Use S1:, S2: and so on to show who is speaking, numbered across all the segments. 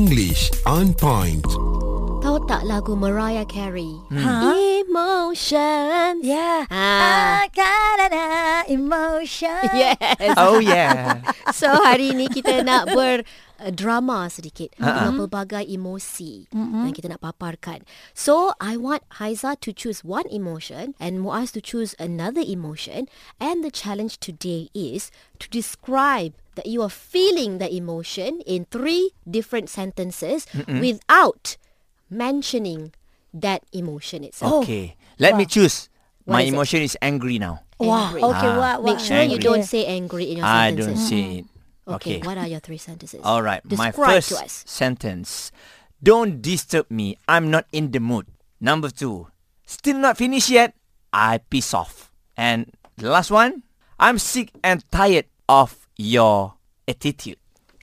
S1: English on point.
S2: Tahu tak lagu Mariah Carey?
S3: Ha?
S2: Emotions.
S3: Yeah.
S2: Ah.
S3: Akarana emotion.
S2: Yes.
S4: Oh yeah.
S2: So hari ini kita nak ber uh, drama sedikit dengan pelbagai emosi yang kita nak paparkan. So I want Haiza to choose one emotion and Muaz to choose another emotion and the challenge today is to describe that you are feeling the emotion in three different sentences without mentioning that emotion itself.
S4: Okay. Let me choose.
S2: Oh, What
S4: My
S2: is it?
S4: emotion is angry now.
S3: Wah,
S2: Angry.
S3: okay,
S4: Ah.
S3: wah, wah.
S2: Make sure you
S4: Angry.
S2: don't say angry in your
S4: I don't
S2: sentences.
S4: see it.
S2: Okay,
S4: Okay.
S2: what are your three sentences?
S4: All right.
S2: Describe
S4: my first
S2: to us.
S4: sentence. Don't disturb me. I'm not in the mood. Number two. Still not finished yet. I piss off. And the last one. I'm sick and tired of your attitude.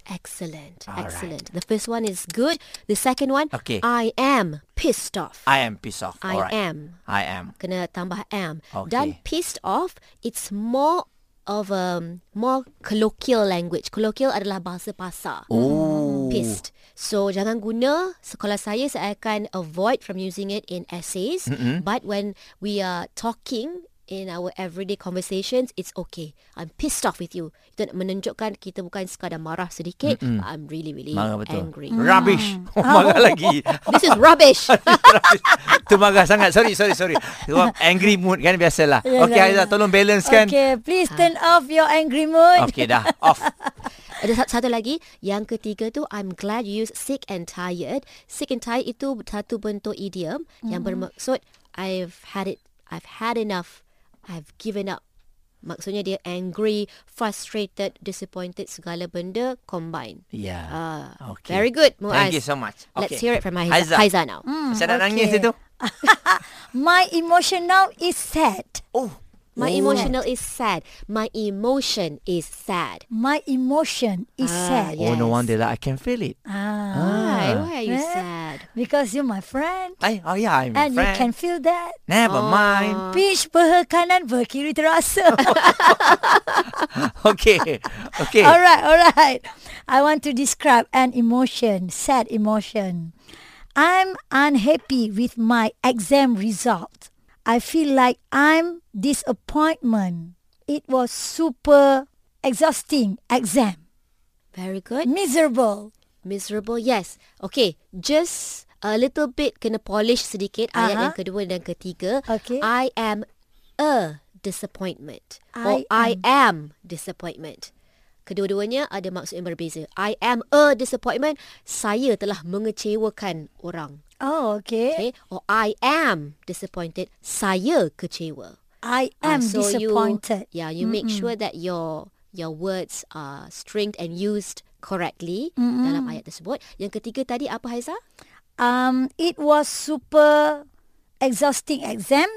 S2: Excellent.
S4: All
S2: excellent. The first one is good. The second one,
S4: Okay.
S2: I am pissed off.
S4: I am pissed off.
S2: I
S4: All right.
S2: am.
S4: I am.
S2: Kena tambah am.
S4: Okay.
S2: Dan pissed off, it's more of a more colloquial language. Colloquial adalah bahasa pasar. Mm-hmm.
S4: Oh.
S2: Pissed. So jangan guna sekolah saya saya akan avoid from using it in essays mm-hmm. but when we are talking in our everyday conversations it's okay I'm pissed off with you itu nak menunjukkan kita bukan sekadar marah sedikit mm-hmm. I'm really really
S4: Marah betul.
S2: angry Mm.
S4: Rubbish. Oh, marah lagi.
S2: This is rubbish
S4: Tu marah sangat. Sorry, sorry, sorry. Sebab angry mood kan biasalah.
S2: Ya,
S3: Yalah,
S4: Okay, Aizah
S3: yalah.
S4: tolong balance kan.
S3: Okay, please turn off your angry mood.
S4: Okay, dah. Off.
S2: Ada sa- satu lagi Yang ketiga tu I'm glad you use sick and tired Sick and tired itu Satu bentuk idiom mm-hmm. Yang bermaksud I've had it I've had enough I've given up Maksudnya dia angry Frustrated Disappointed Segala benda Combine
S4: Yeah.
S2: uh,
S4: Ya. Okay.
S2: Very good Muaz
S4: Thank you so much.
S2: Let's
S4: Okay.
S2: hear it Hmm, from Haiza,
S4: Haiza. Mm.
S2: Haiza now
S4: Saya nak
S3: okay.
S4: nangis itu.
S3: My emotion now is sad.
S4: Oh.
S2: My emotional is sad My emotion is sad
S3: My emotion is
S2: Ah,
S3: sad.
S2: yeah.
S4: Oh,
S2: Yes.
S4: no wonder lah. I can feel it.
S3: Ah,
S2: Why? Why are you
S3: Eh?
S2: sad?
S3: because you're my friend.
S4: I, oh, yeah. I'm
S3: And
S4: a friend.
S3: you can feel that.
S4: Never
S2: Oh.
S4: mind.
S3: Peach ber kanan ber kiri terasa.
S4: Okay. Okay.
S3: all right, all right. I want to describe an emotion, sad emotion. I'm unhappy with my exam result. I feel like I'm disappointment. It was super exhausting exam.
S2: Very good
S3: Miserable.
S2: Miserable, yes. Okay, just a little bit kena polish sedikit uh-huh. ayat
S3: Aha.
S2: yang kedua dan ketiga.
S3: Okay.
S2: I am a disappointment. or
S3: I
S2: I am disappointment. Kedua-duanya ada maksud yang berbeza. I am a disappointment. Saya telah mengecewakan orang.
S3: Oh, okay.
S2: Okay? Or I am disappointed. Saya kecewa.
S3: I
S2: Ah,
S3: am disappointed.
S2: You, yeah, you make sure that your your words are stringed and used correctly dalam ayat tersebut. Yang ketiga tadi apa Haiza?
S3: Um, it was super exhausting exam.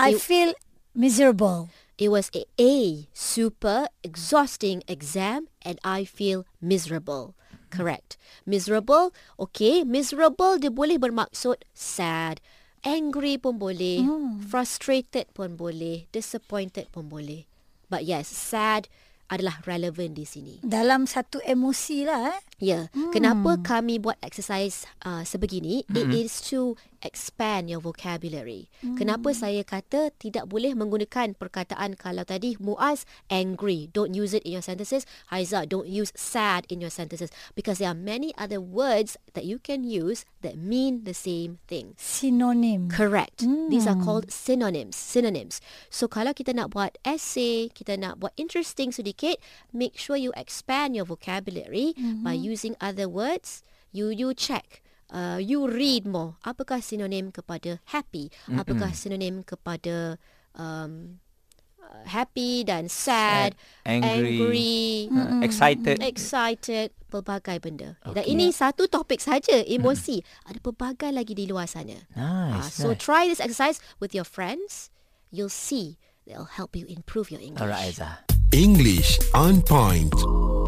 S3: I
S2: You-
S3: feel miserable.
S2: It was a, a super exhausting exam and I feel miserable. Correct. Miserable, okay. Miserable dia boleh bermaksud sad. Angry pun boleh. Frustrated pun boleh. Disappointed pun boleh. But yes, sad adalah relevant di sini.
S3: Dalam satu emosi lah. Eh?
S2: Ya, yeah. kenapa kami buat exercise uh, sebegini? It is to expand your vocabulary. Kenapa saya kata tidak boleh menggunakan perkataan kalau tadi Muaz angry, don't use it in your sentences. Haiza, don't use sad in your sentences because there are many other words that you can use that mean the same thing.
S3: Synonym.
S2: Correct. These are called synonyms. Synonyms. So kalau kita nak buat essay, kita nak buat interesting sedikit, make sure you expand your vocabulary by using other words. You you check. Uh, you read more. Apakah sinonim kepada happy? Apakah sinonim kepada um, uh, happy dan sad,
S4: Angry.
S2: angry Hmm.
S4: Uh, Excited.
S2: excited pelbagai benda. Okay. Dan ini satu topik saja emosi. Ada pelbagai lagi di luar sana. Ah,
S4: Nice.
S2: so
S4: nice.
S2: try this exercise with your friends. You'll see they'll help you improve your English.
S4: All right, Aizah.
S1: English on point.